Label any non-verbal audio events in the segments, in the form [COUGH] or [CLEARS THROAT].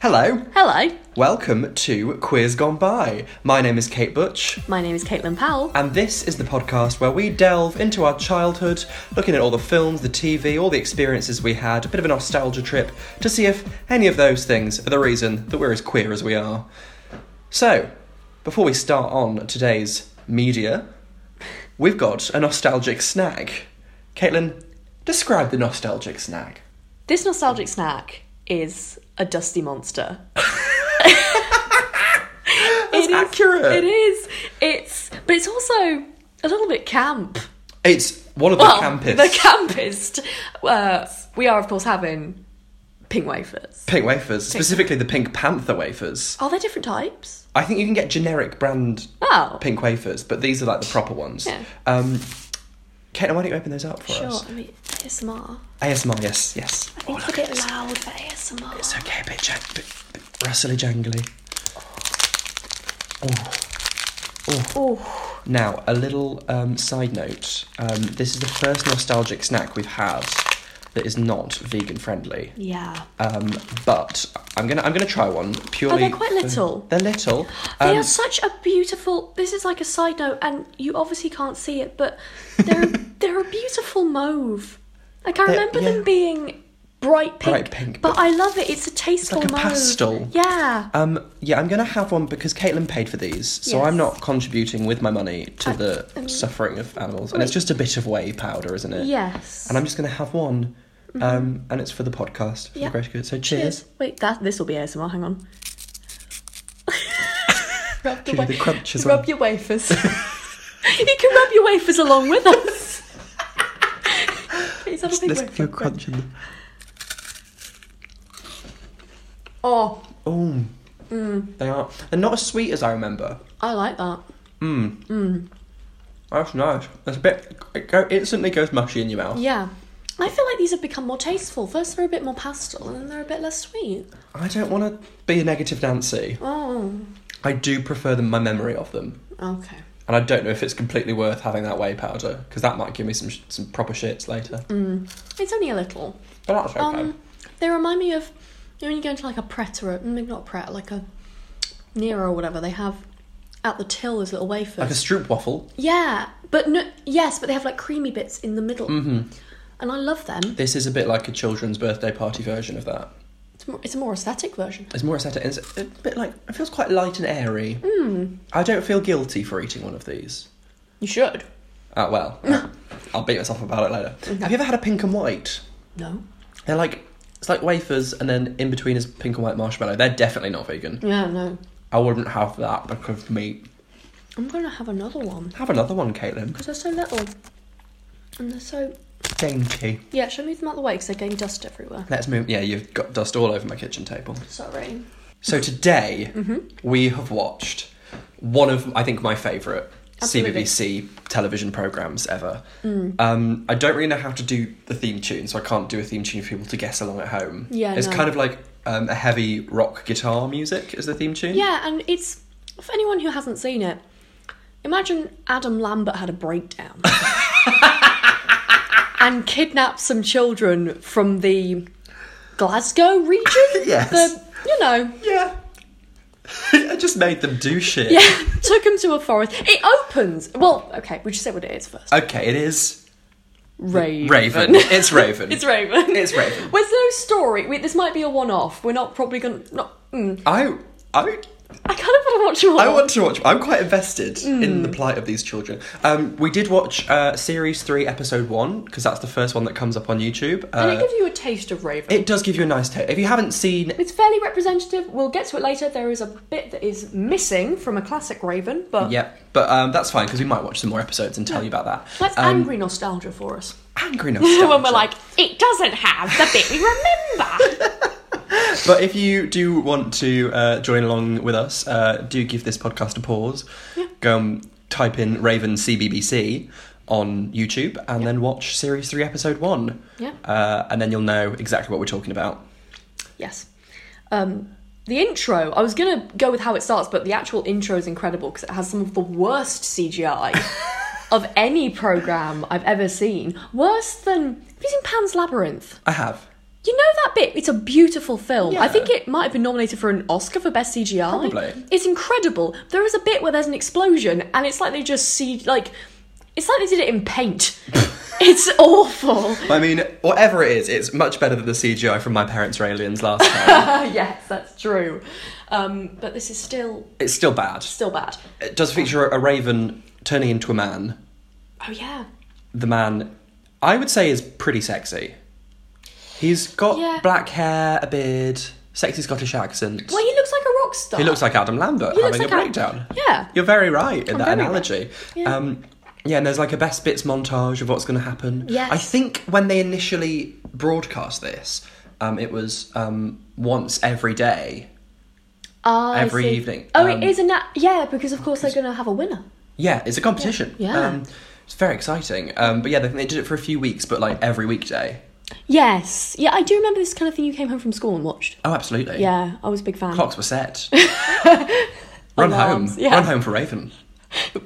Hello, Hello, welcome to Queers Gone By. My name is Kate Butch, my name is Caitlin Powell. and this is the podcast where we delve into our childhood, looking at all the films, the TV, all the experiences we had, a bit of a nostalgia trip to see if any of those things are the reason that we're as queer as we are. So, before we start on today's media, we've got a nostalgic snack. Caitlin, describe the nostalgic snack. This nostalgic snack is a dusty [LAUGHS] monster. It's accurate. It is. It's but it's also a little bit camp. It's one of the campus. The campest. Uh, we are of course having pink wafers. Pink wafers, specifically the Pink Panther wafers. Are there different types? I think you can get generic brand Oh. pink wafers, but these are like the proper ones. Yeah. Um, Caitlin, why don't you open those up for Sure. us? I mean ASMR. ASMR, yes, yes. Oh, I think it's a bit loud for ASMR. It's okay, a bit, jang- bit, bit rustly jangly. oh, Now, a little um, side note. Um, this is the first nostalgic snack we've had that is not vegan friendly. yeah. Um, but I'm gonna I'm gonna try one purely. Oh, quite for- little. They're little. [GASPS] They Um, are such a beautiful. This is like a side note, and you obviously can't see it, but [LAUGHS] they're they're a beautiful mauve. Like I remember yeah. them being bright pink, Bright pink, but, I love it. It's a tasteful like a mauve. pastel. Yeah, Um, yeah, I'm going to have one because Caitlin paid for these, so Yes. Uh, um, I'm not contributing with my money to the suffering of animals. And it's wait. just a bit of whey powder, isn't it? yes. Mm-hmm. And I'm just going to have one, um, and it's for the podcast. For Yeah. the greater good. So cheers. Cheers. Wait, that this will be ASMR. Hang [LAUGHS] on. [LAUGHS] rub Should the, we wa- do the crunch as rub well? your [LAUGHS] wafers. you can rub your wafers along [LAUGHS] with us. Please have a big Let's wafer. go crunching. them. Oh, Oh, Mm. they are. They're not as sweet as I remember. Mm. I like that. Mm. That's nice. It's a bit. It go, instantly goes mushy in your mouth. Yeah. I feel like these have become more tasteful. First they're a bit more pastel and then they're a bit less sweet. I don't want to be a negative Nancy. Oh. I do prefer them. My memory of them. Okay. And I don't know if it's completely worth having that whey powder because that might give me some sh- some proper shits later. It's only a little. But that's okay. Um they remind me of you know when you go into like a pret or a, maybe not a pret, like a Nero or whatever, they have at the till as little wafers. like a stroop waffle. yeah. But no yes, but they have like creamy bits in the middle. Mm-hmm. And I love them. This is a bit like a children's birthday party version of that. It's, more, it's a more aesthetic version. It's more aesthetic. and It's a bit like it feels quite light and airy. I don't feel guilty for eating one of these. You should. Ah well, I'll beat myself about it later. Have you ever had a pink and white? No. They're like it's like wafers, and then in between is pink and white marshmallow. They're definitely not vegan. Yeah, no. I wouldn't have that because of meat. I'm gonna have another one. Have another one, Caitlin. Because they're so little. And they're so Dainty. Yeah, should I move them out the way because they're getting dust everywhere. Let's move. Yeah, you've got dust all over my kitchen table. Sorry. Mm-hmm. So today we have watched one of I think my favourite Absolutely. Mm. CBBC television programs ever. Um, I don't really know how to do the theme tune, so I can't do a theme tune for people to guess along at home. Yeah, it's no. kind of like um, a heavy rock guitar music is the theme tune. Yeah, and it's for anyone who hasn't seen it. Imagine Adam Lambert had [LAUGHS] a breakdown and kidnapped some children from the Glasgow region. [LAUGHS] Yes. The you know, yeah. [LAUGHS] I just made them do shit. yeah, [LAUGHS] took him to a forest. It opens. Well, okay, we should say what it is first. Okay, it is Raven. Raven. [LAUGHS] it's Raven. It's Raven. It's Raven. There's no story. We, this might be a one-off. We're not probably gonna. Not. Mm. I I I kind of want to watch more. I want to watch. I'm quite invested in Mm. the plight of these children. Um, we did watch uh, series three, episode one, because that's the first one that comes up on YouTube. And it Uh, gives you a taste of Raven. it does give you a nice taste. If you haven't seen, It's fairly representative. We'll get to it later. There is a bit that is missing from a classic Raven, but yeah, but um, that's fine because we might watch some more episodes and tell you about that. that's um, angry nostalgia for [LAUGHS] us. [LAUGHS] angry when we're nostalgia. like, it doesn't have the bit we [LAUGHS] remember. But if you do want to uh, join along with us, uh, do give this podcast a pause. Go and type in Raven CBBC on YouTube and then watch series three, episode one. Yeah. Uh, and then you'll know exactly what we're talking about. yes. Um, the intro, I was going to go with how it starts, but the actual intro is incredible because it has some of the worst [LAUGHS] CGI of any program I've ever seen. Worse than. Have you seen Pan's Labyrinth? I have. You know that bit? It's a beautiful film. I Yeah. think it might have been nominated for an Oscar for best CGI. Probably. It's incredible. There is a bit where there's an explosion, and it's like they just see like, it's like they did it in [LAUGHS] paint. it's awful. [LAUGHS] I mean, whatever it is, it's much better than the CGI from My Parents Are Aliens last [LAUGHS] time. Uh, yes, that's true. Um, but this is still it's still bad. still bad. It does feature a raven turning into a man. Oh yeah. The man, I would say, is pretty sexy. He's got Yeah. black hair, a beard, sexy Scottish accent. Well, he looks like a rock star. He looks like Adam Lambert He looks having a like Adam- breakdown. Yeah. You're very right in that Oh, very analogy. right. Yeah. Um, yeah, and there's like a best bits montage of what's going to happen. Yes. I think when they initially broadcast this, um, it was um, once every day. I every see. evening. Oh, Um, it is a na- yeah, because of course they're going to have a winner. Yeah, it's a competition. Yeah. Yeah. Um, it's very exciting. Um, but yeah, they, they did it for a few weeks, but like every weekday. Yes, yeah, I do remember this kind of thing. You came home from school and watched. Oh, absolutely. Yeah, I was a big fan. Clocks were [LAUGHS] set. Run home. Alarms, yeah. Run home for Raven.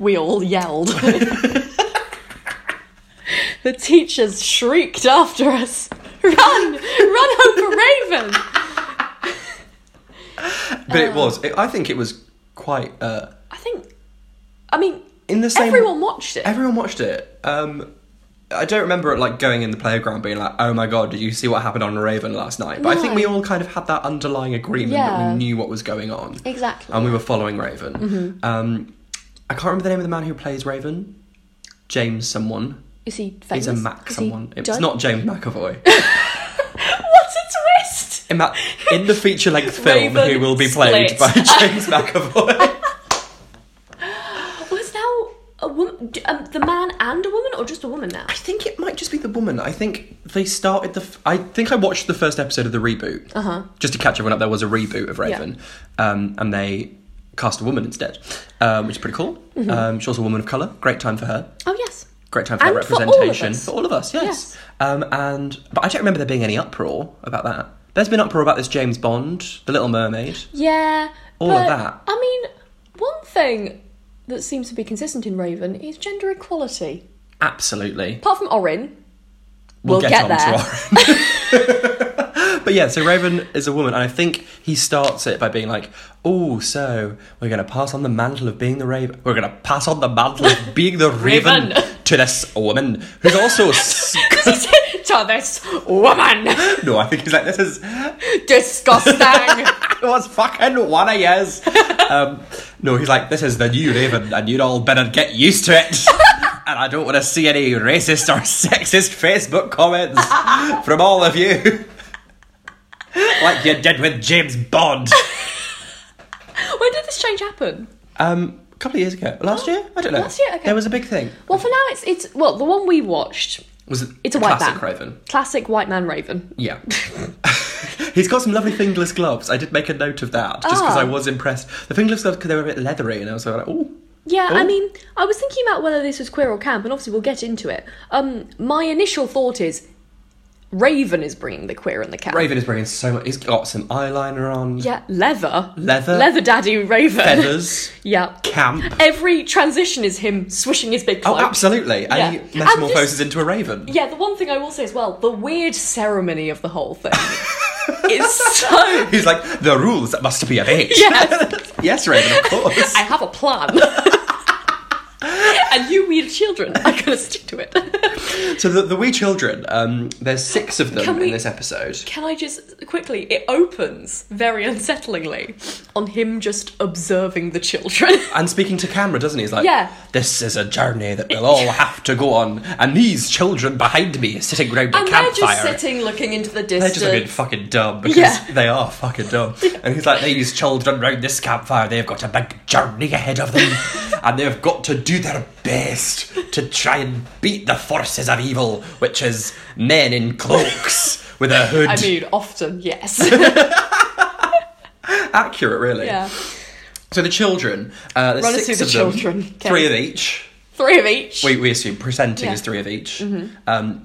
We all yelled. [LAUGHS] the teachers shrieked after us. Run, run over Raven. But Uh. it was. It, I think it was quite. Uh, I think, I mean, in the same. everyone watched it. Everyone watched it. Um, I don't remember it like going in the playground being like, "Oh my god, did you see what happened on Raven last night?" But I think No. we all kind of had that underlying agreement that Yeah. we knew what was going on, exactly. Mm-hmm. and we were following Raven. Um, I can't remember the name of the man who plays Raven. James someone. is he famous? He's a Mac Is he someone. It's done? not James McAvoy. What a twist! In, that, in the feature [LAUGHS] length film, Raven he will be played Split. by [LAUGHS] [LAUGHS] James McAvoy. Was now a woman, d- um, the man and a woman, or just a woman now? I think it might just be the woman. I think they started the. F- I think I watched the first episode of the reboot. Uh-huh. Just to catch everyone up, there was a reboot of Raven, um, and they cast a woman instead, um, which is pretty cool. Mm-hmm. Um, she was a woman of color. Great time for her. Oh yes. Great time for her And for all of representation us. for all of us. Yes. Yes. Um, and but I don't remember there being any uproar about that. There's been uproar about this James Bond, The Little Mermaid. Yeah. All of but, that. I mean, one thing that seems to be consistent in Raven is gender equality. Absolutely. Apart from Orin, We'll, we'll, get, get, on there. to Oren. [LAUGHS] but yeah, so Raven is a woman, and I think he starts it by being like, "Oh, so we're gonna pass on the mantle of being the Raven. We're gonna pass on the mantle of being the Raven, [LAUGHS] Raven. to this woman who's also." s- [LAUGHS] He said to this woman, [LAUGHS] no, I think he's like, "This is disgusting. [LAUGHS] it was fucking one of yours." um, no, he's like, "This is the new Raven, and you'd all better get used to [LAUGHS] it." And I don't want to see any racist or [LAUGHS] sexist Facebook comments from all of you. [LAUGHS] like you did with James [LAUGHS] Bond. [LAUGHS] when did this change happen? Um, a couple of years ago, last year, I don't know. Oh. Last year? Okay. there was a big thing. Well, for now, it's it's well the one we watched. Was it It's a white classic man. Raven? Classic white man Raven. [LAUGHS] Yeah. He's got some lovely fingerless gloves. I did make a note of that just because Ah. I was impressed. The fingerless gloves because they were a bit leathery, and I was like, oh, Yeah, Oh. I mean, I was thinking about whether this was queer or camp, and obviously we'll get into it. Um, my initial thought is Raven is bringing the queer and the camp. Raven is bringing so much. He's got some eyeliner on, Yeah, leather. Leather. Leather daddy Raven. feathers, [LAUGHS] Yeah. camp. Every transition is him swishing his big Oh, cloak. absolutely. Yeah. And And he metamorphoses just- into a raven. Yeah, the one thing I will say as well, the weird ceremony of the whole thing [LAUGHS] is so. He's like, the rules must be obeyed. Yes. [LAUGHS] yes, Raven, [LAUGHS] of course. I have a plan. [LAUGHS] and you weird children are going to stick to it. [LAUGHS] so the, the wee children, um, there's six of them Can we- in this episode. Can I just quickly? It opens very unsettlingly on him just observing [LAUGHS] the children. and speaking to camera, doesn't he? He's like, Yeah. this is a journey that we'll [LAUGHS] all have to go on, and these children behind me sitting round a And they're just campfire. sitting looking into the they're distance. just looking fucking dumb because Yeah. they are fucking [LAUGHS] dumb. And he's like, these children round this campfire, they've got a big journey ahead of [LAUGHS] them, and they've got to do their best to try and beat the forces of evil, which is men in [LAUGHS] cloaks with a hood. I mean, often, yes. [LAUGHS] Accurate, really. yeah. So the children, uh, there's Run us six through of the them, children, okay. three of each. Three of each. we, we assume presenting Yeah. Mm-hmm. is three of each. Um,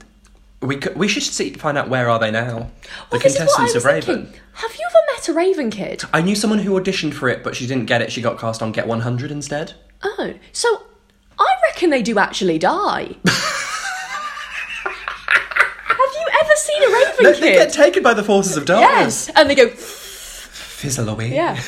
we c- we should see, find out where are they now. the Well, this is what I contestants of was Raven. thinking. Have you ever met a Raven kid? I knew someone who auditioned for it, but she didn't get it. She got cast on Get 100 instead. Oh, so I [LAUGHS] reckon they do actually die. Have you ever seen seen a Raven They, Kid. they get taken by the forces of darkness. yes, and they go. Fizzle away. Yeah,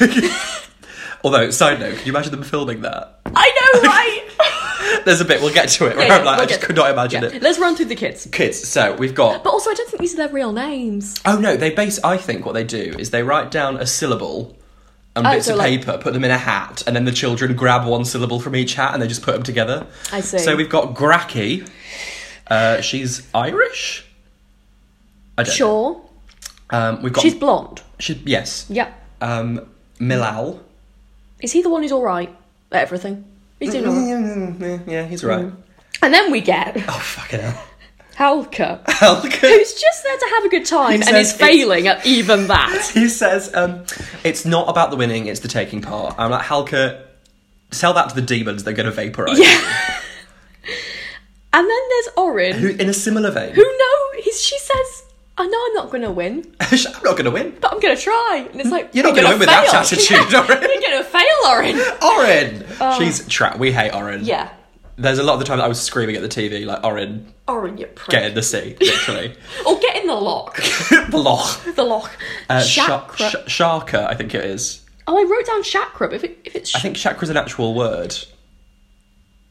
[LAUGHS] Although, side note, can you imagine them filming that? [LAUGHS] I know, right? There's a bit, we'll get to it, where Yeah, I'm like, I we'll just get- could not imagine Yeah. it. Let's run through the kids. Kids, so we've got. But also, I don't think these are their real names. Oh no, they base. I think what they do is they write down a syllable and Oh, bits so of like- paper, put them in a hat, and then the children grab one syllable from each hat and they just put them together. I see. So we've got Gracky. Uh, she's Irish. I don't know. Sure, Um, we've got. she's blonde. she- yes. Yeah, Um, Milal. is he the one who's all right at everything? He's doing all right. Yeah, Mm-hmm. yeah, he's right. And then [LAUGHS] we get Oh fucking hell. Halka, Helga. who's just there to have a good time and says is failing at even that. He says, um, it's not about the winning, it's the taking part. I'm like, Halka, tell that to the demons, they're going to vaporize. you." And then there's Orin, Who, who, in a similar vein, no, he's, she says, "I know I'm not going to win, [LAUGHS] I'm not going to win. but I'm going to try." And it's like Hmm? You're not going gonna win to with that [LAUGHS] attitude, Orin. You're going to fail, Orin. Orin! She's trapped. We hate Orin. Oh. Yeah, There's a lot of the time that I was screaming at the TV, like, Orin, Orin, you prick. get in the sea, literally. [LAUGHS] Or Oh, get in the lock. Bloch. the lock. Uh, chakra. Sha- Sha- Sharka, I think it is. oh, I wrote down chakra. But if, it, if it's sh- I think chakra's an actual word.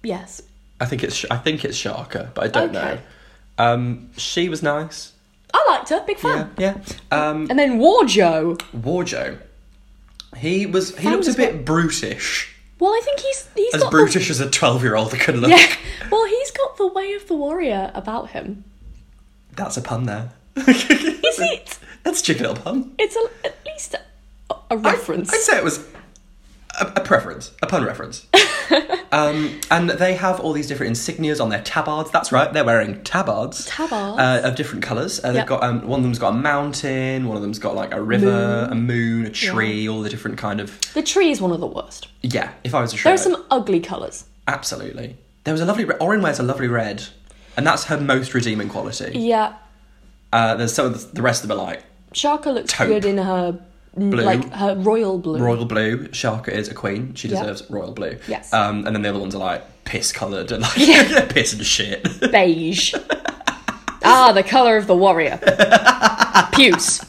yes, I think it's sh- I think it's Sharka, but I don't Okay. know. Um, she was nice. I liked her. Big fan. Yeah. yeah. Um, And then Warjo. Warjo. He was. He Found looked a his bit brutish. Well, I think he's he's As got brutish as a twelve-year-old could look. The, [LAUGHS] yeah. Well, he's got the way of the warrior about him. That's a pun [LAUGHS] there. Is it? That's a cheeky little pun. It's a, at least a, a reference. I'd say it was a, a preference, a pun [LAUGHS] reference. um, and they have all these different insignias on their tabards. That's right, they're wearing tabards. Tabards. uh, of different colours. Uh, they've Yep. got um, one of them's got a mountain, one of them's got like a river, a moon, a tree, all the different kind of. the tree is one of the worst. Yeah, if I was a There shredder, are some ugly colours. absolutely. There was a lovely. Re- Orin wears a lovely red, and that's her most redeeming quality. Yeah. Uh, there's some of the, the rest of them are like Sharka looks Taupe. good in her n- Blue. like her royal blue. royal blue. Sharka is a queen; she Yep. deserves royal blue. Yes. Um, and then the other ones are like piss coloured and like Yeah. [LAUGHS] piss and shit. beige. [LAUGHS] ah, the colour of the warrior. Puce.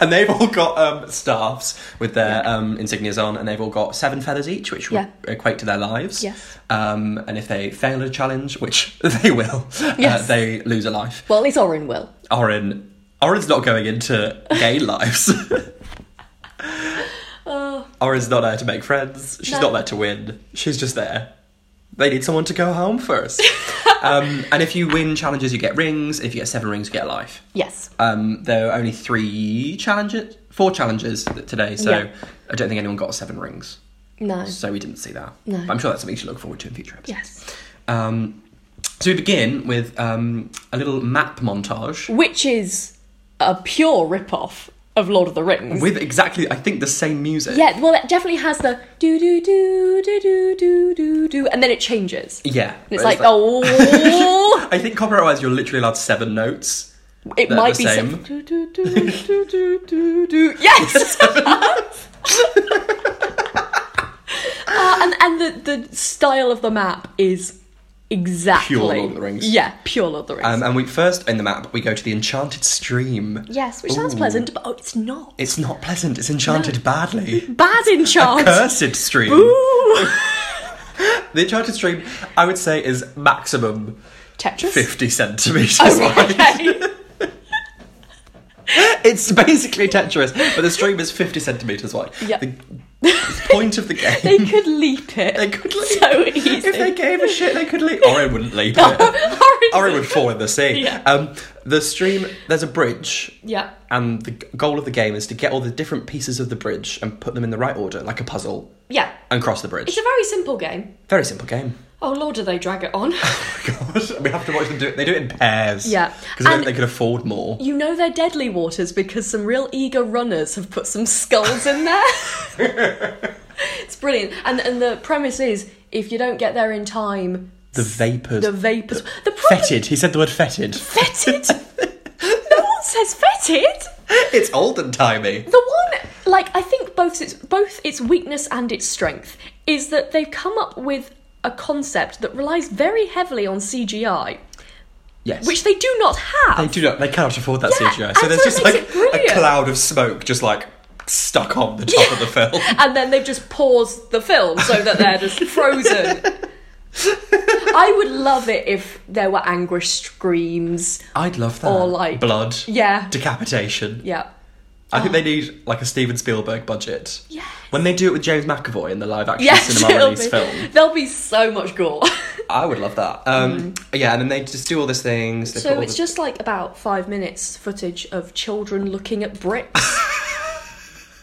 and they've all got um, staffs with their um, insignias on, and they've all got seven feathers each, which would Yeah. equate to their lives. Yes. Um, and if they fail a challenge, which [LAUGHS] they will, uh, Yes. they lose a life. well, at least Orin will. Orin, Orin's not going into [LAUGHS] gay lives. Orin's not there to make friends. She's Oh. No. not there to win. She's just there. They need someone to go home first. [LAUGHS] um, and if you win challenges, you get rings. If you get seven rings, you get a life. Yes. Um, there are only three challenges, four challenges th- today, so Yeah. I don't think anyone got seven rings, No. so we didn't see that. No. But I'm sure that's something to look forward to in future episodes. Yes. Um, so we begin with um, a little map montage Which is a pure rip-off of Lord of the Rings. with exactly, I think, the same music. yeah, well, it definitely has the do do do do do do do do, and then it changes. Yeah. And it's where like, [LAUGHS] oh, I think copyright-wise, you're literally allowed seven notes. it They're might the be some- same. [LAUGHS] do, do, do, [LAUGHS] do, do, do, do. Yes. [LAUGHS] Uh, and and the, the style of the map is exactly Pure Lord of the Rings. Yeah, pure Lord of the Rings. Um, and we first in the map we go to the Enchanted Stream. yes, which sounds Ooh. pleasant, but oh, it's not. It's not pleasant. It's enchanted [LAUGHS] badly. Bad in charge. Cursed stream. Ooh. The enchanted stream, I would say, is maximum [LAUGHS] Tetris. 50 centimetres Oh, wide. [LAUGHS] Okay. [LAUGHS] [LAUGHS] It's basically Tetris, but the stream is 50 centimetres wide. Yep. [LAUGHS] The point of the game. they could leap it. They could leap. so easy. If they [LAUGHS] gave a shit, they could leap. Orin wouldn't leap it. [LAUGHS] Orin would fall in the sea. Yeah. Um, the stream, there's a bridge. Yeah. And the g- goal of the game is to get all the different pieces of the bridge and put them in the right order, like a puzzle, Yeah. and cross the bridge. It's a very simple game. Very simple game. [LAUGHS] Oh lord, do they drag it on? God, we have to watch them do it. They do it in pairs. Yeah. Because I don't And- think they could afford more. you know they're deadly waters because some real eager runners have put some skulls in there. it's brilliant. And and the premise is if you don't get there in time, The vapours. the vapors. The problem Fetid. He said the word fetid. [LAUGHS] fetid. no one says fetid. It's old and timey. The one, like I think both its both its weakness and its strength is that they've come up with a concept that relies very heavily on CGI, Yes. which they do not have. They do not. They cannot afford that Yeah, CGI. So and there's so it just makes like it a brilliant. cloud of smoke, just like stuck on the top of [LAUGHS] the film. and then they've just paused the film so that [LAUGHS] they're just frozen. I would love it if there were anguish screams. I'd love that. Or, like- blood, Yeah. decapitation. Yeah. I think they need like a Steven Spielberg budget. Um, Yes. When they do it with James McAvoy in the live action Yes, cinema it'll release be- film, There'll be so much gore. [LAUGHS] I would love that. Um, Yeah, and then they just do all these things. They put Mm. so all it's the- just like about five minutes footage of children looking [LAUGHS] at bricks.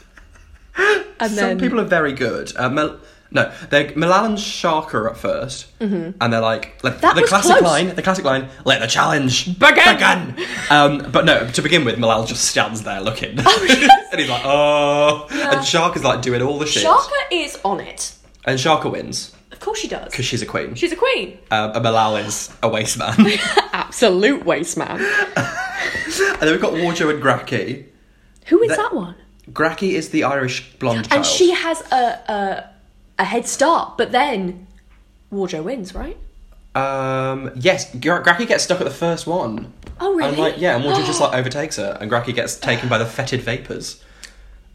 and Some then people are very good. Uh, Mel- no, they're Malal and Shark are at 1st and they're like, like Mm-hmm. That the was classic close. line. The classic line: "Let the challenge Begin." Um, but no, to begin with, Malal just stands there looking, [LAUGHS] and he's like, "Oh," and Shark is like doing all the shit, Sharka is on it. and Sharka wins Of course she does. because she's a queen. She's a queen. Um, and Malal is a waste man. [LAUGHS] Absolute waste man. And then we've got Warjo and Gracky. Who is That- that, one? Gracky is the Irish blonde child. And she has a, a a head start, but then Warjo wins, right? Um, yes, Gra- Gracky gets stuck at the first one. Oh, really? And like, yeah, and Warjo [GASPS] just like overtakes her, and Gracky gets taken by the fetid vapors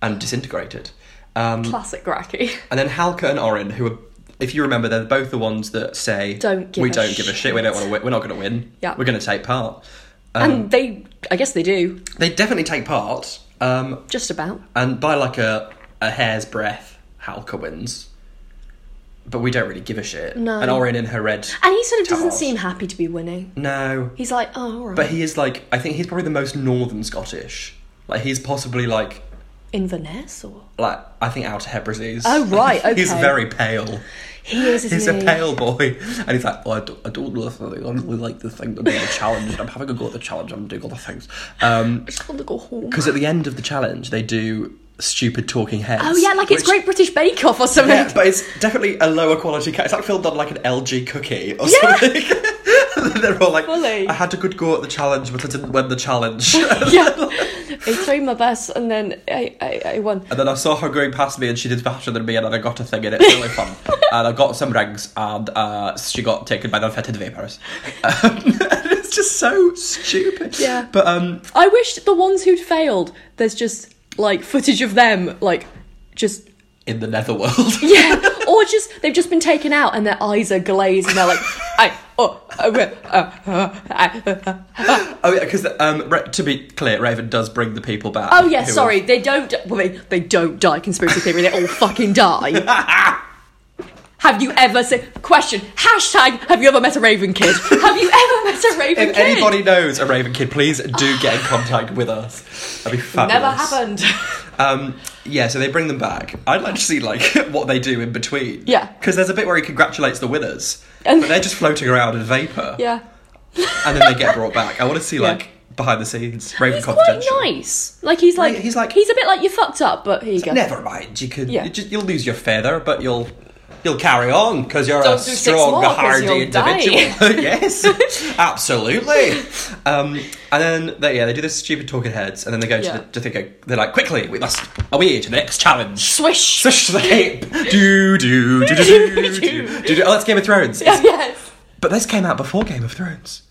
and disintegrated. Um, Classic Gracky. and then Halka and Orin, who are, if you remember, they're both the ones that say, Don't give we a don't give a shit. We don't shit." want to. Win. We're not going to win. Yeah. we're going to take part." Um, [LAUGHS] and they, I guess they do, They definitely take part, um, just about. and by like a a hair's breadth, Halka wins. But we don't really give a shit. No. And Orin in her red. And he sort of doesn't Tars. seem happy to be winning. No. He's like, oh, all right. But he is like, I think he's probably the most northern Scottish. Like he's possibly like, Inverness or like I think Outer Hebrides. Oh, [LAUGHS] right, he's okay. very pale. he is. He's isn't a he? pale boy, and he's like, oh, I don't, I don't know if I really like this thing. I'm doing the challenge, and I'm having a go at the challenge. I'm doing all the things. Um, I just want to go home. because at the end of the challenge, they do stupid talking heads. Oh yeah, like it's which- Great British Bake Off or something. Yeah, but it's definitely a lower quality cat. It's like filmed on like an LG cookie or Yeah. something. [LAUGHS] And They're all like, Fully. I had a good go at the challenge, but I didn't win the challenge. [LAUGHS] [LAUGHS] [LAUGHS] Yeah. I tried my best and then I, I, I won. And then I saw her going past me, and she did faster than me, and then I got a thing, and it was really [LAUGHS] fun. and I got some rings, and uh, she got taken by the fetid vapors. [LAUGHS] Um, it's just so stupid. Yeah. But um, I wish the ones who'd failed, there's just like footage of them, like just in the netherworld, yeah, [LAUGHS] or just they've just been taken out and their eyes are glazed and they're like, [LAUGHS] I oh, uh, uh, uh, uh, uh, uh. [LAUGHS] oh yeah, because um, Ra- to be clear, Raven does bring the people back. oh yeah, who [LAUGHS] sorry, they don't. Well, they they don't die. Conspiracy theory, they all fucking die. Have you ever said question hashtag Have you ever met a raven kid? Have you ever met a raven If kid? anybody knows a Raven Kid, please do get in contact with us. That'd be fabulous. Never happened. [LAUGHS] Um, yeah, so they bring them back. I'd like to see like [LAUGHS] what they do in between. Yeah. because there's a bit where he congratulates the winners, And- but they're just floating around in vapor. yeah, and then they get brought back. I want to see like behind the scenes. Raven [LAUGHS] he's quite Confidential. nice. Like he's like Yeah, he's like- he's a bit like you fucked up, but here you go. Never mind. You could. Yeah. You just, you'll lose your feather, but you'll you'll carry on because you're Don't a do six strong, more 'cause hardy you'll die. individual. [LAUGHS] yes, absolutely. Um, and then they, yeah, they do this stupid talking heads, and then they go to, Yeah. the, to think. They're like, quickly, we must away to the next challenge. Swish. Swish the cape. Do do do do do do do. do. Oh, that's Game of Thrones. [LAUGHS] yes, But this came out before Game of Thrones,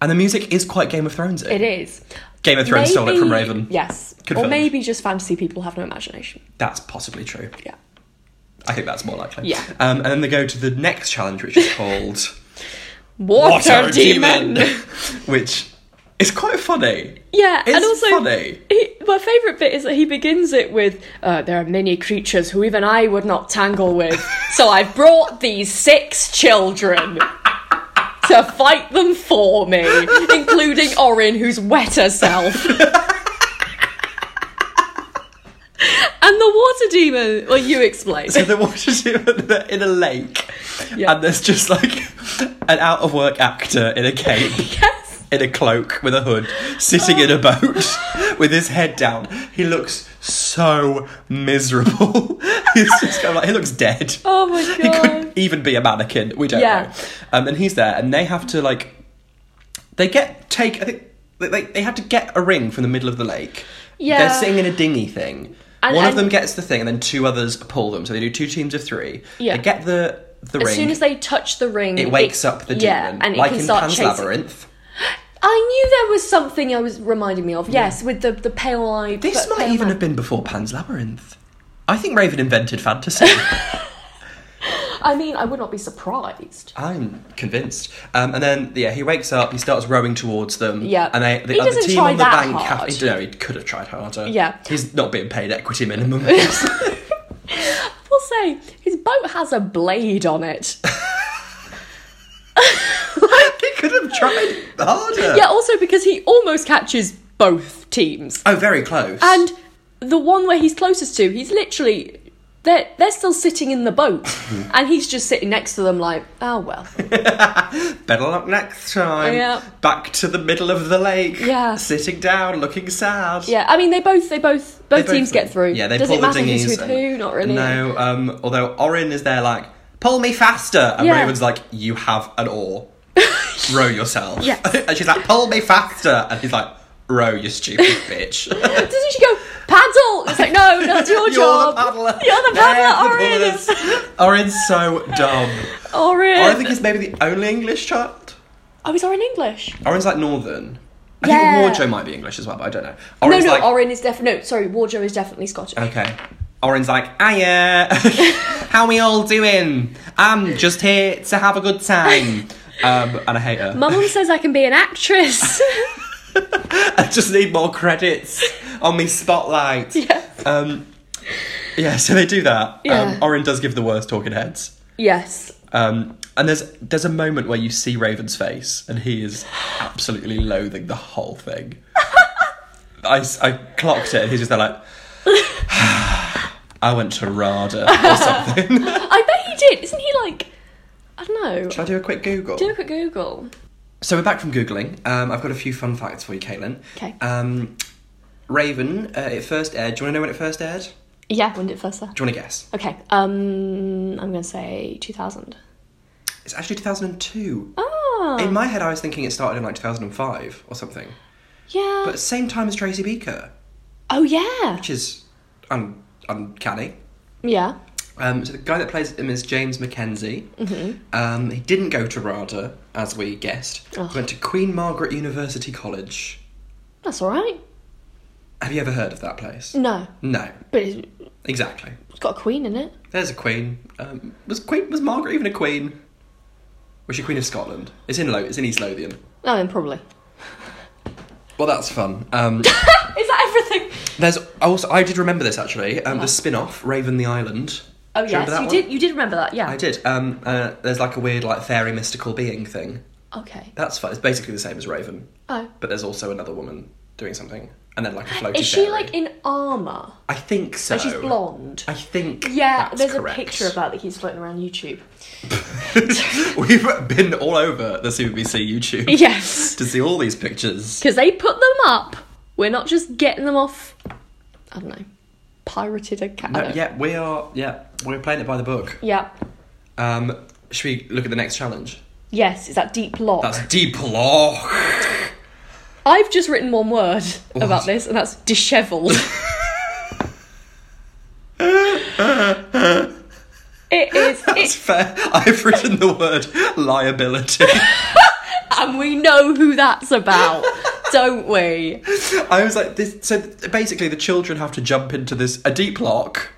and the music is quite Game of Thrones. it is. Game of Thrones stole it from Raven. Yes. Confirmed. Or maybe just fantasy people have no imagination. That's possibly true. Yeah. I think that's more likely. Yeah. Um, and then they go to the next challenge, which [LAUGHS] is called Water, demon. [LAUGHS] [LAUGHS] which is quite funny. Yeah, It's and also funny. He, my favourite bit is that he begins it with, uh, "There are many creatures who even I would not tangle with, [LAUGHS] so I've brought these six children." [LAUGHS] To fight them [LAUGHS] for me, including Orin, who's wet herself. and the water demon. Well, [LAUGHS] you explain. So the water demon [LAUGHS] they're in a lake, Yeah. and there's just like an out of work actor in a cape. yes. in a cloak with a hood, sitting in a boat [LAUGHS] with his head down. He looks so miserable. [LAUGHS] he's just kind of like he looks dead. Oh my [LAUGHS] He God. couldn't even be a mannequin. We don't Yeah. know. Um, and he's there, and they have to like they get take. I think they- they they have to get a ring from the middle of the lake. Yeah. they're sitting in a dinghy thing. And- One of and- them gets the thing, and then two others pull them. So they do two teams of three. Yeah. They get the the As ring. soon as they touch the ring, it wakes up the demon, Yeah, and like it can in start Pan's chasing. Labyrinth. I knew there was something I was reminding me of. Yes, with the the pale eyed. This might even have been before Pan's Labyrinth. I think Raven invented [LAUGHS] fantasy. I mean, I would not be surprised. I'm convinced. Um, and then, yeah, he wakes up, he starts rowing towards them. Yeah. And they, the He other doesn't team try on the that bank hard. have. No, he could have tried harder. Yeah. He's not being paid equity minimum. [LAUGHS] We'll say his boat has a blade on [LAUGHS] it. he could have tried harder. yeah, also because he almost catches both teams. Oh, very close. And the one where he's closest to, he's literally they're they're still sitting in [LAUGHS] the boat, and he's just sitting next to them like, oh well. Better luck next time. Yeah. Back to the middle of the lake. Yeah. Sitting down, looking sad. Yeah, I mean they both they both both, They both teams get through. Yeah, they Does pull it the matter dinghies. who's with and- who? Not really. [LAUGHS] No, um, although Orin is there like, pull me faster. And Yeah. Raven's like, you have an [LAUGHS] oar. row yourself. Yes. [LAUGHS] and she's like, pull me faster. And he's like, row, you [LAUGHS] stupid bitch. Doesn't she go paddle? It's like no, that's your [LAUGHS] You're job. the paddler. [LAUGHS] You're the They're paddler, the paddlers. Orin's so dumb. [LAUGHS] Orin. Orin, I Orin. think, is maybe the only English child. I was Orin English. Orin's like northern. I Yeah. think Warjo might be English as well, but I don't know. Orin's no, no, like, Orin is definitely no. Sorry, Warjo is definitely Scottish. Okay. Orin's like, hiya, [LAUGHS] how we all doing? I'm just here to have a good [LAUGHS] time. Um, and I hate her. My mum says I can be an actress. [LAUGHS] [LAUGHS] I just need more credits on me spotlight. [LAUGHS] Yeah. Um, yeah, so they do that. Yeah. Um, Orin does give the worst talking heads. yes. Um, and there's there's a moment where you see Raven's face, and he is absolutely loathing the whole [LAUGHS] thing. I, s- I clocked it, and he's just there [LAUGHS] like, [SIGHS] I went to RADA or something. [LAUGHS] I bet he did. Isn't he like I don't know. Should I do a quick Google? Do a quick Google. So we're back from Googling. Um, I've got a few fun facts for you, Caitlin. 'Kay. Um, Raven, uh, it first aired. Do you want to know when it first aired? Do Yeah, when did it first air? you want to guess? Okay. Um I'm gonna say two thousand. It's actually 2002. Oh In my head, I was thinking it started in like 2005 or something. yeah. But same time as Tracy Beaker, oh yeah. which is un- uncanny. Yeah. Um, so the guy that plays him is James Mackenzie. Um, he didn't go to RADA, as we guessed. He Mm-hmm. Ugh. went to Queen Margaret University College. That's alright. Have you ever heard of that place? No. No, But it's exactly. it's got a queen in it. There's a queen. Um, was Queen was Margaret even a queen? Was she Queen of Scotland? It's in Lo- it's in East Lothian. No, Oh, then probably. Well, that's fun. [LAUGHS] Um, [LAUGHS] Is that everything? there's also I did remember this actually. Um, the spin-off Raven the Island. Oh Do you yes, remember that you one? did. You did remember that, yeah. I did. Um, uh, there's like a weird like fairy mystical being thing. Okay. That's fun. It's basically the same as Raven, Oh, but there's also another woman doing something, and then like a floaty. is she fairy. like in armor? I think so. And she's blonde. I think. Yeah, Oh. that's there's correct. a picture of that that keeps floating around YouTube. [LAUGHS] We've been all over the CBBC YouTube Yes, to see all these pictures. because they put them up. We're not just getting them off. I don't know, pirated account. No, yeah, we are. Yeah, we're playing it by the book. Yeah. Um, should we look at the next challenge? Yes, it's that deep lock. That's deep law. [LAUGHS] I've just written one word about this, and [LAUGHS] that's dishevelled. it is. That's It, fair. I've written the word liability. [LAUGHS] [LAUGHS] and we know who that's about, don't we? I was like, this. So basically, the children have to jump into this a deep lock.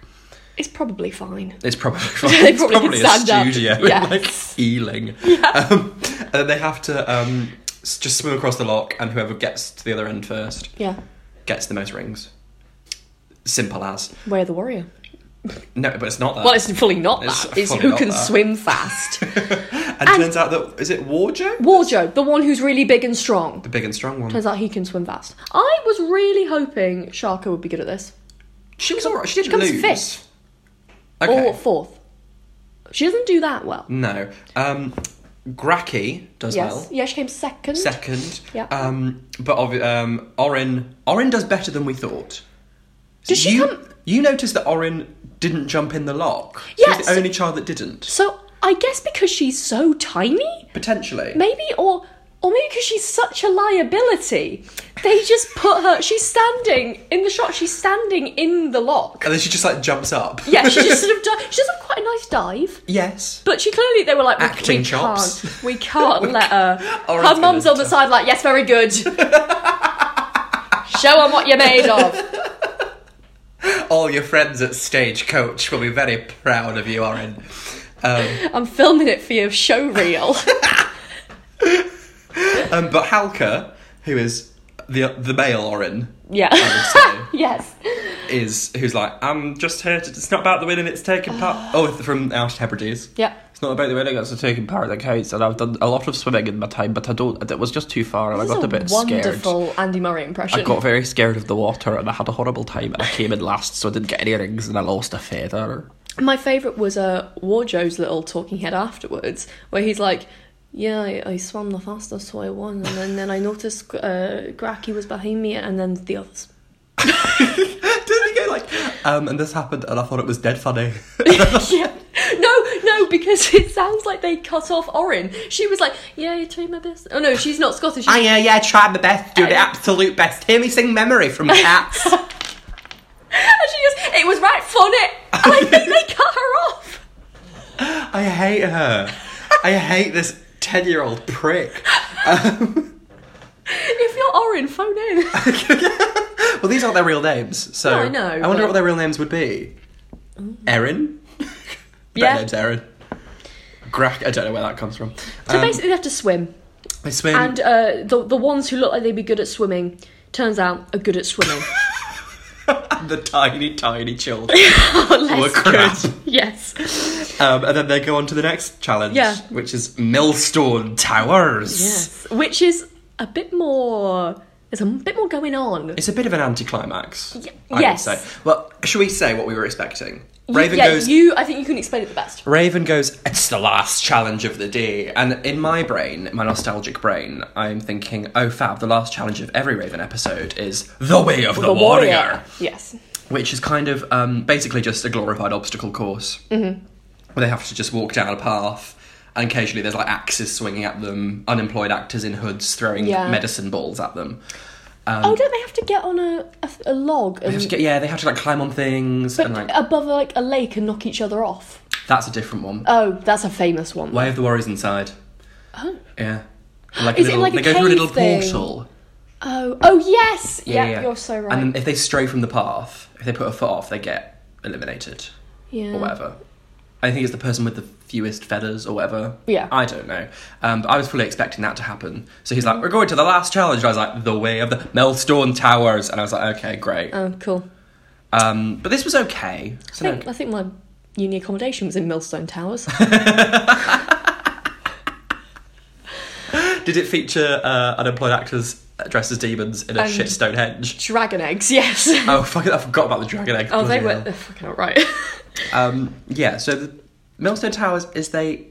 It's probably fine. It's [LAUGHS] probably it's probably probably a stand up, studio [LAUGHS] in yes. like Ealing. Yeah. Um, and then they have to um, s- just swim across the lock, and whoever gets to the other end first Yeah. gets the most rings. Simple as. Where the warrior? No, but it's not that. Well, it's fully not It's that. It's fully who not can that. swim fast. [LAUGHS] and, turns out that is it Warjo, Warjo, the one who's really big and strong. the big and strong one. Turns out he can swim fast. I was really hoping Sharka would be good at this. She was alright. She didn't comes lose. fifth. Okay. Or fourth. She doesn't do that well. No. Um, Gracky does yes. well. Yeah, she came second. Second. Yeah. Um, but obvi- um, Orin Orin does better than we thought. So Does she you, come- You noticed that Orin didn't jump in the lock. She's Yes. the only child that didn't. so I guess because she's so tiny, Potentially. maybe, or or maybe because she's such a liability, they just put her. She's standing in the shot. She's standing in the lock. And then she just like jumps up. Yeah, she just sort of di- she does have quite a nice dive. [LAUGHS] yes. But she clearly they were like we, Acting we chops. Can't, we can't [LAUGHS] let her. Or it's her mum's gonna on the side like yes, very good. Show them what you're made of. All your friends at Stagecoach will be very proud of you, Oren. Um, I'm filming it for your show reel. um, but Halka, who is the the male Oren, [LAUGHS] yeah. [LAUGHS] I yes. would say, is who's like, I'm just here to. It's not about the winning, it's taking part. oh, from Outer Hebrides. Ah. Yeah. It's not about the winning, it's the taking part of the counts. And I've done a lot of swimming in my time, but I don't. It was just too far, and This I is got a a bit scared. wonderful Andy Murray impression. I got very scared of the water, and I had a horrible time. And I came in last, so I didn't get any rings, and I lost a [LAUGHS] feather. My favourite was uh, Warjo's little talking head afterwards, where he's like, "Yeah, I, I swam the fastest, so I won, and then, then I noticed uh, Gracky was behind me, and then the others." [LAUGHS] Doesn't he go like, um, and this happened, and I thought it was [LAUGHS] dead [LAUGHS] funny. yeah. No, no, because it sounds like they cut off Orin. She was like, "Yeah, you're doing my best." Oh no, she's not Scottish. [LAUGHS] She's... yeah, yeah, tried my best, do the absolute best. Hear me sing memory [LAUGHS] from cats. And she goes, "It was right fun it." And I think they cut her off. I hate her. [LAUGHS] I hate this 10 year old prick. [LAUGHS] If you're Orin, [LAUGHS] phone in. Well, these aren't their real names, so. No, I know, I wonder but- what their real names would be. Erin? Their [LAUGHS] yeah. name's Erin. Grack, I don't know where that comes from. So Um, basically, they have to swim, I swim. and uh, the the ones who look like they'd be good at swimming, turns out, are good at [LAUGHS] swimming. [LAUGHS] the tiny, tiny children were Less crap. Yes. Um, and then they go on to the next challenge, Yeah. which is Millstone Towers. Yes. Which is a bit more. There's a bit more going on. It's a bit of an anticlimax. I yes. would say. Well, should we say what we were expecting? You- Raven yeah, goes. You, I think you can explain it the best. Raven goes. It's the last challenge of the day, and in my brain, my nostalgic brain, I'm thinking, oh fab, the last challenge of every Raven episode is the way of the, warrior. Yes. which is kind of um, basically just a glorified obstacle course. Mm-hmm. Where they have to just walk down a path, and occasionally there's like axes swinging at them, unemployed actors in hoods throwing Yeah. medicine balls at them. oh, don't they have to get on a, a, a log Um, They and have to get- yeah, they have to like climb on things, but and like above like a lake and knock each other off? that's a different one. Oh, that's a famous one. Way of the Warriors inside. Oh. Yeah. Like Is it little, like a they go through a cave little thing? portal. Oh, oh yes. Yeah, you're so right. And then if they stray from the path, if they put a foot off, they get eliminated. yeah. or whatever. I think it's the person with the fewest feathers or whatever. Yeah. I don't know. Um, but I was fully expecting that to happen. So he's Mm. like, we're going to the last challenge. I was like, the way of the Melstone Towers. And I was like, okay, great. Oh, cool. Um, but this was okay. I So no- think, I think my uni accommodation was in Millstone Towers. Did it feature uh, unemployed actors dressed as demons in a And- shit Stonehenge? Dragon eggs, [LAUGHS] yes. Oh, fuck it, I forgot about the dragon egg. oh, they Bloody were hell. they're fucking [LAUGHS] alright. Um, yeah, so the Millstone Towers is they.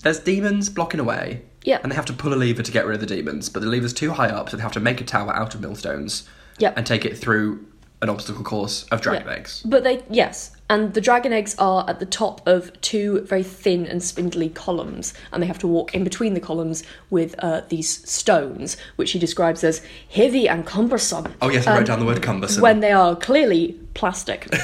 There's demons blocking away. Yeah. And they have to pull a lever to get rid of the demons, but the lever's too high up, so they have to make a tower out of millstones. Yeah. And take it through an obstacle course of dragon Yeah. eggs. But they, yes, and the dragon eggs are at the top of two very thin and spindly columns, and they have to walk in between the columns with uh, these stones, which he describes as heavy and cumbersome. Oh, yes, I Um, wrote down the word cumbersome. When they are clearly plastic. [LAUGHS]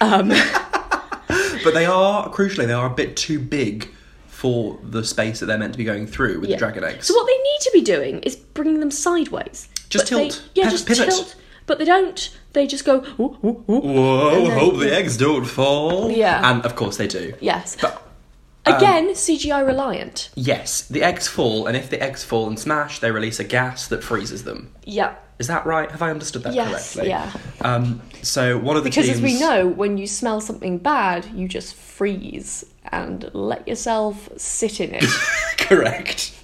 But they are, crucially, they are a bit too big for the space that they're meant to be going through with Yeah. the dragon eggs. So what they need to be doing is bringing them sideways. Just But they- tilt. yeah, Piv- just pivot. tilt. But they don't. They just go. "Ooh, ooh, ooh." Whoa, And they- hope the eggs don't fall. Yeah. And of course they do. Yes. But um, Again, CGI reliant. yes, the eggs fall, and if the eggs fall and smash, they release a gas that freezes them. Yeah. Is that right? Have I understood that Yes, correctly? yeah. Um, so one of the Because teams, as we know, when you smell something bad, you just freeze and let yourself sit in it. [LAUGHS] correct.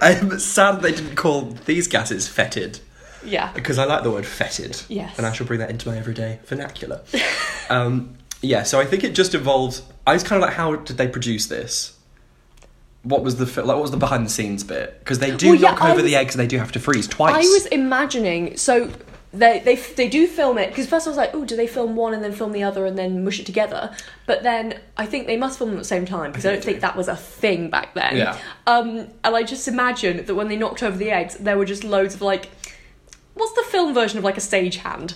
I'm sad they didn't call these gases fetid yeah. because I like the word fetid. Yes. And I shall bring that into my everyday vernacular. [LAUGHS] um, yeah. So I think it just involves. I was kind of like, how did they produce this? What was the fi- like? What was the behind the scenes bit? Because they do Well, yeah, knock I over was- the eggs, and they do have to freeze I twice. was imagining so they they they do film it because first I was like, oh, do they film one and then film the other and then mush it together? But then I think they must film them at the same time because I, think don't they think do. that was a thing back then. Yeah. Um, and I just imagine that when they knocked over the eggs, there were just loads of like, what's the film version of like a stagehand?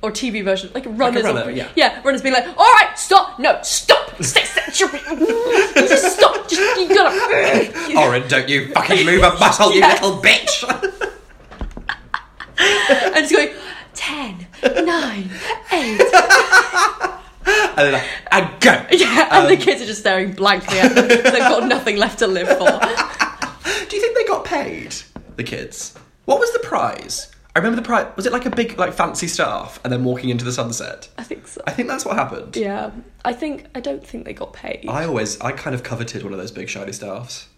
Or TV version, like runners, runner, or- yeah. runners being like, "All right, stop, no, stop, stay, stay, just stop, just [LAUGHS] you gotta." Orin, don't you fucking move a [LAUGHS] muscle, you Yeah. little bitch! [LAUGHS] and it's going ten, nine, eight. and then, like, and go! [LAUGHS] Yeah, and Um, the kids are just staring blankly at them. They've [LAUGHS] got nothing left to live for. Do you think they got paid? The kids. What was the prize? I remember the prize. Was it like a big, like fancy staff, and then walking into the sunset? I think so. I think that's what happened. Yeah, I think I don't think they got paid. I always, I kind of coveted one of those big shiny staffs.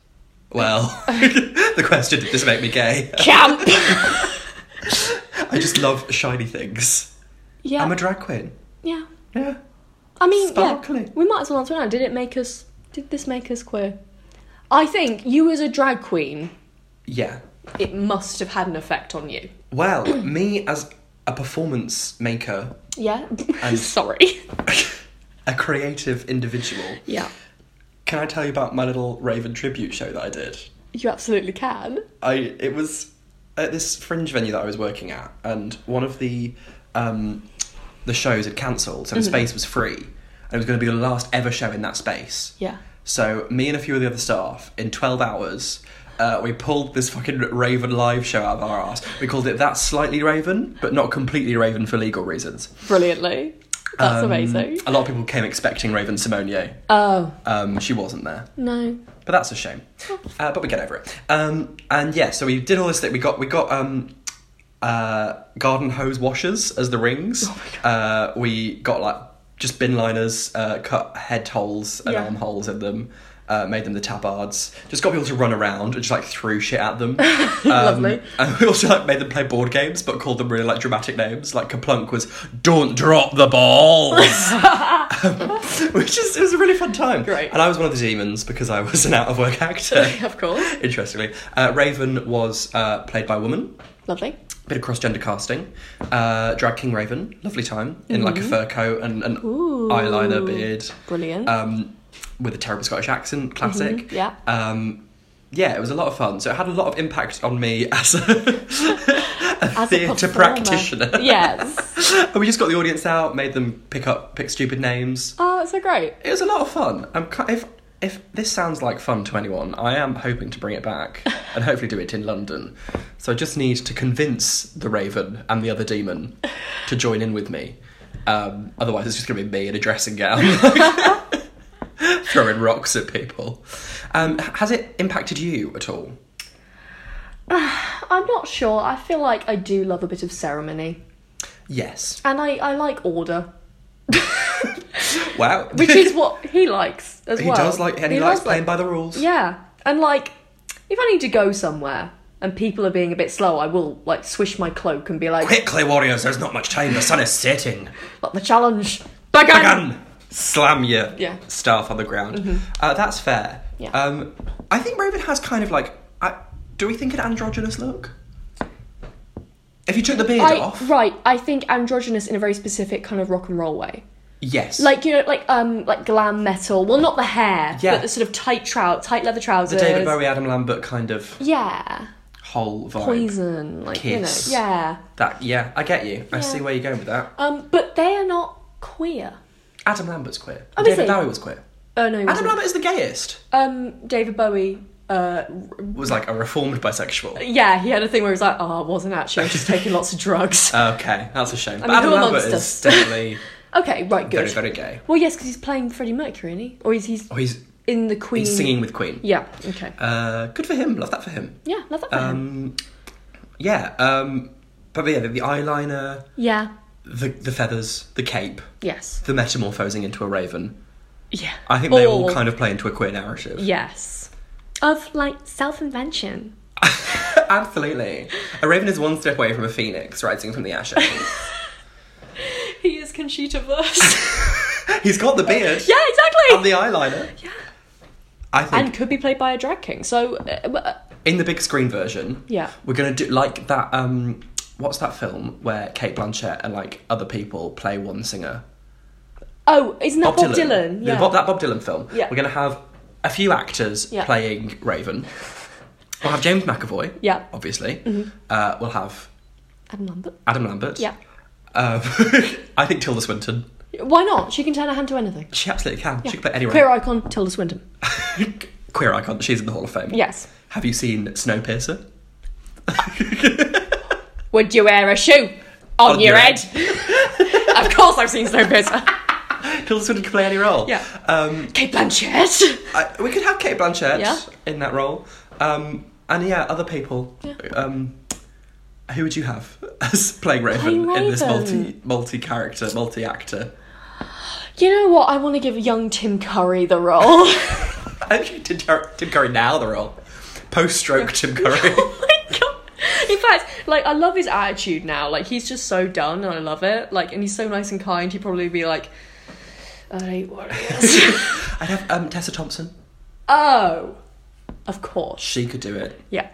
Well, [LAUGHS] the question did this make me gay? Camp. [LAUGHS] [LAUGHS] I just love shiny things. yeah, I'm a drag queen. yeah. Yeah. I mean, yeah. Sparkly. We might as well answer now. Did it make us? Did this make us queer? I think you, as a drag queen, Yeah. it must have had an effect on you. Well, [CLEARS THROAT] me as a performance maker, [LAUGHS] Yeah. And- [LAUGHS] Sorry. a creative individual, Yeah. can I tell you about my little Raven tribute show that I did? You absolutely can. I it was at this fringe venue that I was working at, and one of the um, the shows had cancelled, so Mm-hmm. the space was free, and it was going to be the last ever show in that space. Yeah. So me and a few of the other staff in twelve hours. Uh, we pulled this fucking Raven live show out of our ass. We called it That's Slightly Raven, but not completely Raven for legal reasons. Brilliantly. That's Um, amazing. A lot of people came expecting Raven Simonier. Oh Um, she wasn't there. no. But that's a shame. Uh, but we get over it. Um, and yeah, so we did all this thing. We got we got um, uh, garden hose washers as the rings. Oh Uh, we got like just bin liners, uh, cut head holes and Yeah. arm holes in them. Uh, made them the tabards. Just got people to run around and just like threw shit at them. Um, [LAUGHS] Lovely. And we also like made them play board games, but called them really like dramatic names. Like Kaplunk was "Don't drop the [LAUGHS] balls." [LAUGHS] which is it was a really fun time. Great. And I was one of the demons because I was an out of work actor. [LAUGHS] Of course. Interestingly, uh, Raven was uh, played by a woman. Lovely. Bit of cross gender casting. Uh, drag King Raven, lovely time in like a fur coat and an Mm-hmm. Ooh. eyeliner beard, [LAUGHS] Brilliant. um, with a terrible Scottish accent, classic. Mm-hmm. yeah. Um, yeah, it was a lot of fun. So it had a lot of impact on me [LAUGHS] as [LAUGHS] a, a As a theatre performer. practitioner. yes. And we just got the audience out, made them pick up, pick stupid names. Oh, that's so great. It was a lot of fun. I'm ki- if if this sounds like fun to anyone, I am hoping to bring it [LAUGHS] back and hopefully do it in London. So I just need to convince the Raven and the other demon to join in with me. Um, otherwise, it's just going to be me in a dressing [LAUGHS] gown throwing rocks at people. Um, h- has it impacted you at all? I'm not sure. I feel like I do love a bit of ceremony. Yes. And I, I like order. Wow. [LAUGHS] Which is what he likes [LAUGHS] as he well. does like and he, likes loves playing it. by the rules. Yeah. And like, if I need to go somewhere and people are being a bit slow, I will like swish my cloak and be like, Quickly, warriors! There's not much time. The sun is setting. "Not the challenge. Began! gun [LAUGHS] slam your Yeah. Mm-hmm. staff on the ground. Uh, that's fair. Yeah. Um, I think Raven has kind of like. I, do we think an androgynous look? If you took the beard I, off, right, I think androgynous in a very specific kind of rock and roll way. yes. Like you know, like um, like glam metal. Well, not the hair, Yeah. but the sort of tight trout, tight leather trousers. David Bowie, Adam Lambert kind of Yeah, whole vibe. poison, like Kiss. you know, yeah. That yeah, I get you. I Yeah. see where you're going with that. Um, but they are not queer. Adam Lambert's queer. Oh, is David he? Bowie was queer. Oh no, he Adam wasn't. Lambert is the gayest. um, David Bowie. Uh, Was like a reformed bisexual. yeah, he had a thing where he was like, "Oh, I wasn't actually. I was just taking lots [LAUGHS] of drugs." Okay, that's a shame. but mean, Uh, Adam who Lambert amongst is us? definitely Okay, right, [LAUGHS] good. very very gay. Well, yes, because he's playing Freddie Mercury, isn't he? Or is he's Oh, he's in the Queen? he's singing with Queen. Yeah. Okay. Uh, good for him. Love that for him. yeah, love that for him. Um, yeah, um, but yeah, the, the eyeliner, Yeah. the the feathers, the cape, Yes. the metamorphosing into a raven. Yeah. I think they all Or- kind of play into a queer narrative. Yes. Of like self invention. [LAUGHS] Absolutely, a raven is one step away from a phoenix rising from the [LAUGHS] ashes. He is Conchita verse. He's got the beard [LAUGHS] yeah, and [LAUGHS] exactly. the eyeliner. Yeah, I think And could be played by a drag king. So, uh, uh, in the big screen version, Yeah. we're gonna do like that. Um, what's that film where Kate Blanchett and like other people play one singer? Oh, isn't that Bob, Dylan? The Yeah. Bob, that Bob Dylan film. Yeah. We're going to have a few actors Yeah. playing Raven. We'll have James McAvoy. Yeah. Obviously. Uh, we'll have Adam Lambert. Adam Lambert. Yeah. Um, [LAUGHS] I think Tilda Swinton. Why not? She can turn her hand to anything. She absolutely can. She can play anyone. [LAUGHS] Queer icon Tilda Swinton. Queer icon. She's in the Hall of Fame. Yes. Have you seen [LAUGHS] Snowpiercer? Would you wear a shoe on, On your your head? [LAUGHS] of course, I've seen [LAUGHS] [LAUGHS] Snowpiercer. Tilda Swinton can play any role. Yeah. Um, Kate Blanchett. I, we could have Kate Blanchett Yeah. in that role. Um, and yeah, other people. Yeah. Um, who would you have [LAUGHS] as playing Raven Playing in this Raven. multi multi character, multi actor? You know what? I want to give young Tim Curry the role. [LAUGHS] I [LAUGHS] actually Tim, Car- Tim Curry now the role. Post stroke Tim Curry. [LAUGHS] Oh my god! In fact, like I love his attitude now. Like he's just so done, and I love it. Like, and he's so nice and kind. He'd probably be like, "I hate warriors." [LAUGHS] I'd have um, Tessa Thompson. oh, of course. She could do it. Yeah,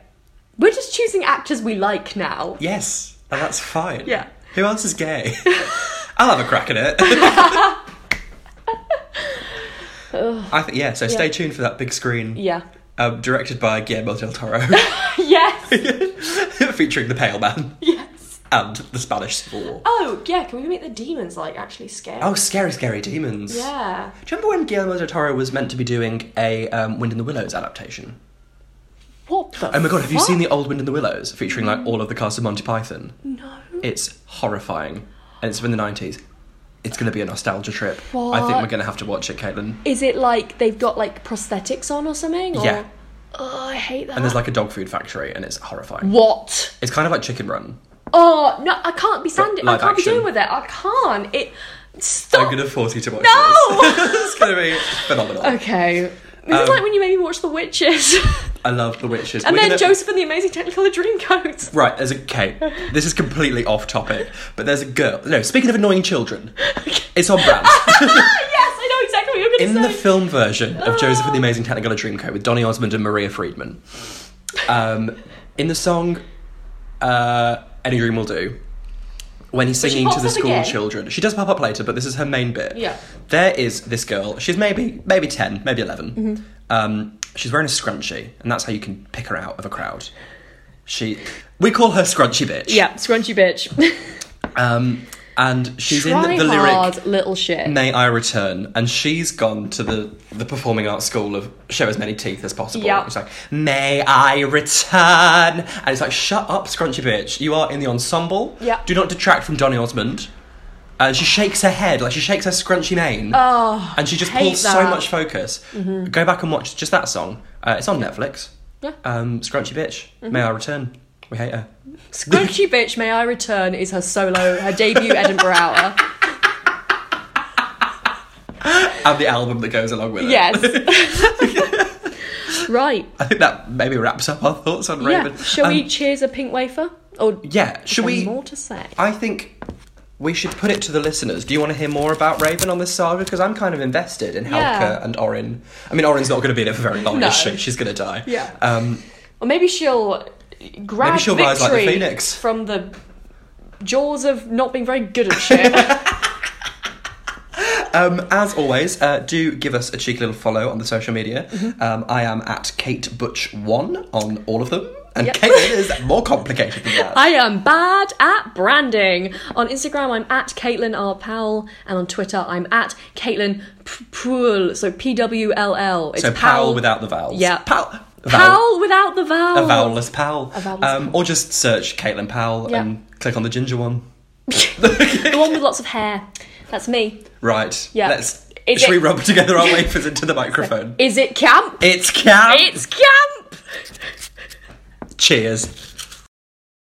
we're just choosing actors we like now. Yes, and that's fine. Yeah. Who else is [LAUGHS] gay? [LAUGHS] I'll have a crack at it. [LAUGHS] I think yeah. So stay Yeah. tuned for that big screen. Yeah. [LAUGHS] Um, directed by Guillermo del Toro, Yes. [LAUGHS] featuring the Pale Man yes. and the Spanish Civil War. Oh yeah. Can we make the demons like actually scary? Oh, scary, scary demons. Yeah. Do you remember when Guillermo del Toro was meant to be doing a um, Wind in the Willows adaptation? What Mm. the? Oh my god, have you seen the old Wind in the Willows featuring like all of the cast of Monty Python? No. It's horrifying. And it's from the 90s. It's going to be a nostalgia trip. I think What? we're going to have to watch it, Caitlin. Is it like they've got like prosthetics on or something? Or... Yeah. Oh, I hate that. And there's like a dog food factory and it's horrifying. what? It's kind of like Chicken Run. Oh no, I can't be standing. I live can't be action. dealing with it. I can't. It I'm stop. going to force you to watch No! this. [LAUGHS] it's going to be phenomenal. Okay, this is Um, like when you made me watch The Witches, [LAUGHS] I love The Witches. and We're then gonna- Joseph and the Amazing Technicolor Dreamcoat. Right, there's a. Okay, this is completely off topic, but there's a girl. No, speaking of annoying children, it's on [LAUGHS] brand. [LAUGHS] yes, I know exactly what you're In going the to say. film version of Joseph and the Ah. Amazing Technicolor Dreamcoat with Donny Osmond and Maria Friedman, um, in the song uh, "Any Dream Will Do," when he's singing to pops the up school again. children, she does pop up later, but this is her main bit. Yeah. there is this girl. She's maybe maybe ten, maybe 11 Mm-hmm. Um, she's wearing a scrunchie, and that's how you can pick her out of a crowd. She, we call her Scrunchy Bitch. yeah, scrunchy bitch. Um, and she's in the lyric hard, little shit. May I return? And she's gone to the, the performing arts school of show as many teeth as possible. Yeah. It's like, May I return? And it's like, shut up, scrunchy bitch. You are in the ensemble. Yeah. Do not detract from Donny Osmond. And she shakes her head, like she shakes her scrunchy mane. Oh, and she just hate pulls so that. Mm-hmm. much focus. Go back and watch just that song. Uh, it's on Netflix. Yeah. Mm-hmm. Um, scrunchy bitch. May I return? We hate her. Scrunchy bitch, may I return? Is her solo, her debut [LAUGHS] Edinburgh hour. And the album that goes along with it. [LAUGHS] Yes. right. I think that maybe wraps up our thoughts on Raven. Yeah. Shall Um, we cheers a pink wafer? Or Yeah, should Any we? more to say? I think we should put it to the listeners. Do you want to hear more about Raven on this saga? Because I'm kind of invested in Halka Yeah. and Orin. I mean, Orin's not going to be in it for very long, No. is she? She's going to die. Yeah. Um, Or maybe she'll grab Maybe she'll victory rise like the phoenix. from the jaws of not being very good [LAUGHS] at shit. um, as always, uh, do give us a cheeky little follow on the social media. Mm-hmm. Um, I am at Kate Butch One on all of them, and Yep. Kate is more complicated than [LAUGHS] that. I am bad at branding. On Instagram, I'm at Caitlin R. Powell, and on Twitter, I'm at Caitlin P- Pwll. So P W L L. It's so Powell without the vowels. Yeah. Powell. Powell without the vowel. A vowelless Powell. vowelless um, or just search Caitlin Powell Yeah. and click on the ginger one. The one with lots of hair. That's me. Right. Yeah. Let's. Is should we it- rub together [LAUGHS] our wafers into the microphone? Is it camp? It's Cam. It's camp. Cheers.